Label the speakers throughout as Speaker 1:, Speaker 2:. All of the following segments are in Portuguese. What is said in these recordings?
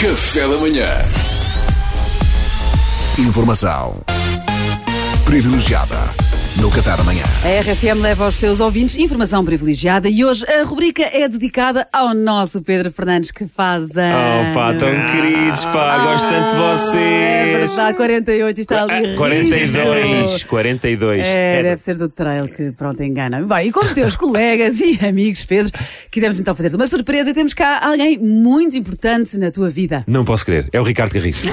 Speaker 1: Café da Manhã. Informação privilegiada no Café da Manhã.
Speaker 2: A RFM leva aos seus ouvintes informação privilegiada e hoje a rubrica é dedicada ao nosso Pedro Fernandes que faz
Speaker 3: Oh, pá, tão
Speaker 2: anos.
Speaker 3: queridos, pá, gosto tanto de
Speaker 2: É
Speaker 3: vocês.
Speaker 2: verdade, 48 está ali.
Speaker 3: Ah, 42,
Speaker 2: rijo.
Speaker 3: 42.
Speaker 2: É, deve ser do trail que, pronto, engana. Bem, e com os teus colegas e amigos, Pedro, quisemos então fazer-te uma surpresa e temos cá alguém muito importante na tua vida.
Speaker 3: Não posso crer, é o Ricardo Garrice.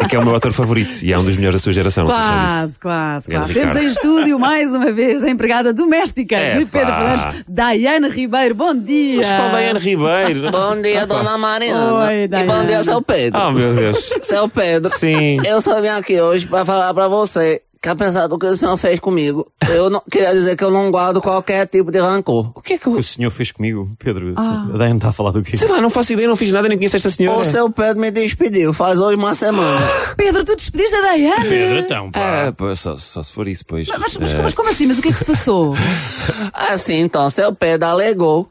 Speaker 3: É que é o meu autor favorito e é um dos melhores da sua geração, não sei se já
Speaker 2: Quase,
Speaker 3: disse.
Speaker 2: quase,
Speaker 3: Grande
Speaker 2: quase. Temos
Speaker 3: Ricardo.
Speaker 2: em estúdio mais uma vez a empregada doméstica de
Speaker 3: Epá.
Speaker 2: Pedro Fernandes, Daiane Ribeiro. Bom dia!
Speaker 3: Mas qual é Daiane Ribeiro?
Speaker 4: Bom dia, dona Mariana.
Speaker 2: Oi,
Speaker 4: e
Speaker 2: Daiane.
Speaker 4: bom dia, seu Pedro.
Speaker 3: Oh, meu Deus.
Speaker 4: Seu Pedro.
Speaker 3: Sim.
Speaker 4: Eu só vim aqui hoje pra falar pra você que apesar do que o senhor fez comigo, eu não queria dizer que eu não guardo qualquer tipo de rancor. Ah.
Speaker 3: O que é que o senhor fez comigo, Pedro? A Daiane está a falar do quê? Sei lá, não faço ideia, não fiz nada, nem conheço esta senhora.
Speaker 4: O seu Pedro me despediu faz hoje uma semana.
Speaker 2: Pedro, tu despediste a Daiane?
Speaker 5: Pedro, então, pá.
Speaker 3: Ah, pô, só, só se for isso, pois. eh,
Speaker 2: Mas, mas- mas como assim? Mas o que é que se passou?
Speaker 4: Assim, então, seu Pedro alegou,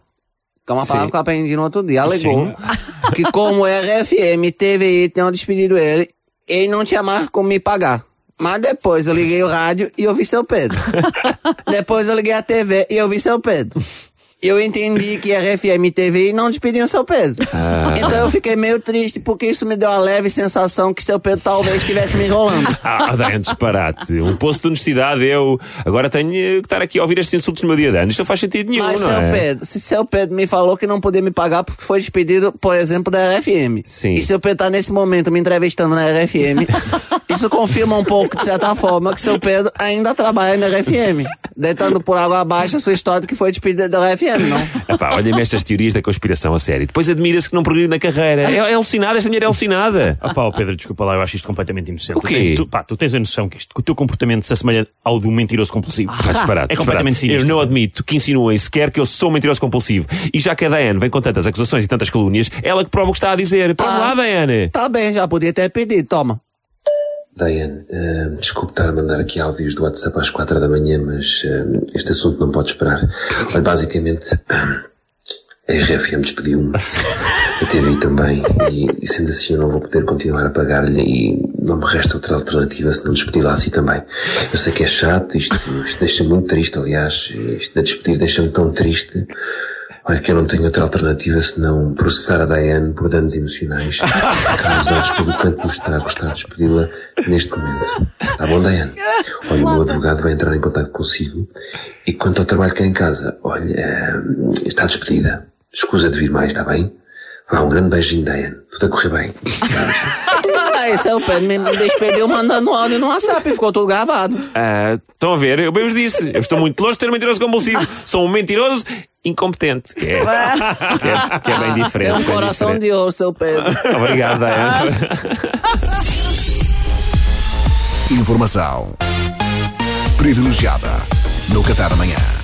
Speaker 4: que é uma palavra que eu aprendi no outro dia, alegou, que como é RFM, TVI tinham um despedido ele, ele não tinha mais como me pagar. Mas depois eu liguei o rádio e ouvi seu Pedro. depois eu liguei a TV e ouvi seu Pedro. Eu entendi que RFM e TVI não despediam seu Pedro. Então eu fiquei meio triste porque isso me deu a leve sensação que seu Pedro talvez estivesse me enrolando.
Speaker 3: Ah, Daiane, disparate. Um poço de honestidade, eu agora tenho eh, que estar aqui a ouvir estes insultos no meu dia de anos. Isto não faz sentido nenhum,
Speaker 4: Mas
Speaker 3: não
Speaker 4: seu
Speaker 3: é?
Speaker 4: Pedro, se seu Pedro me falou que não podia me pagar porque foi despedido, por exemplo, da RFM.
Speaker 3: Sim.
Speaker 4: E seu Pedro tá nesse momento me entrevistando na RFM, isso confirma um pouco, de certa forma, que seu Pedro ainda trabalha na RFM. Deitando por água abaixo a sua história de que foi despedido da RFM, não?
Speaker 3: Epá, olha-me estas teorias da conspiração a sério. Depois admira-se que não progride na carreira. É, é alucinada, esta mulher é alucinada.
Speaker 5: Ah, pá, ó, Pedro, desculpa lá, eu acho isto completamente inocente.
Speaker 3: O quê?
Speaker 5: Tu, tens- tu- pá, tu tens a noção que, isto, que o teu comportamento se assemelha ao de um mentiroso compulsivo.
Speaker 3: Pá, disparate,
Speaker 5: é completamente
Speaker 3: disparate. Eu
Speaker 5: sinistro.
Speaker 3: não admito que insinuem sequer que eu sou um mentiroso compulsivo. E já que a Daiane vem com tantas acusações e tantas calúnias, ela que prova o que está a dizer. Prova lá, Daiane.
Speaker 4: Tá bem, já podia ter pedido, toma.
Speaker 6: Diane, eh, desculpe estar a mandar aqui áudios do WhatsApp às quatro da manhã, mas eh, este assunto não pode esperar. Olha, basicamente, ehm, a RFM despediu-me, a TV também, e, e sendo assim eu não vou poder continuar a pagar-lhe e não me resta outra alternativa senão despedi-la assim também. Eu sei que é chato, isto, isto deixa-me muito triste, aliás, isto de despedir deixa-me tão triste. Olha que eu não tenho outra alternativa senão processar a Diane por danos emocionais causados pelo quanto nos está a custar despedi-la neste momento. Está bom, Diane? Olha, o meu advogado vai entrar em contato consigo e quanto ao trabalho que é em casa, olha, eh, está despedida. Escusa de vir mais, está bem? Vá, um grande beijinho, Diane. Tudo a correr bem.
Speaker 4: Aí seu Pedro me despediu mandando um áudio no WhatsApp e ficou tudo gravado.
Speaker 3: Ah, estão a ver? Eu bem vos disse. Eu estou muito longe de ser um mentiroso compulsivo. Sou um mentiroso incompetente. Que é, que é, que é bem diferente.
Speaker 4: Tem um
Speaker 3: bem
Speaker 4: coração Ah.
Speaker 3: diferente.
Speaker 4: de ouro, seu Pedro.
Speaker 3: Obrigado, Daiane.
Speaker 1: Informação privilegiada no Café da Manhã.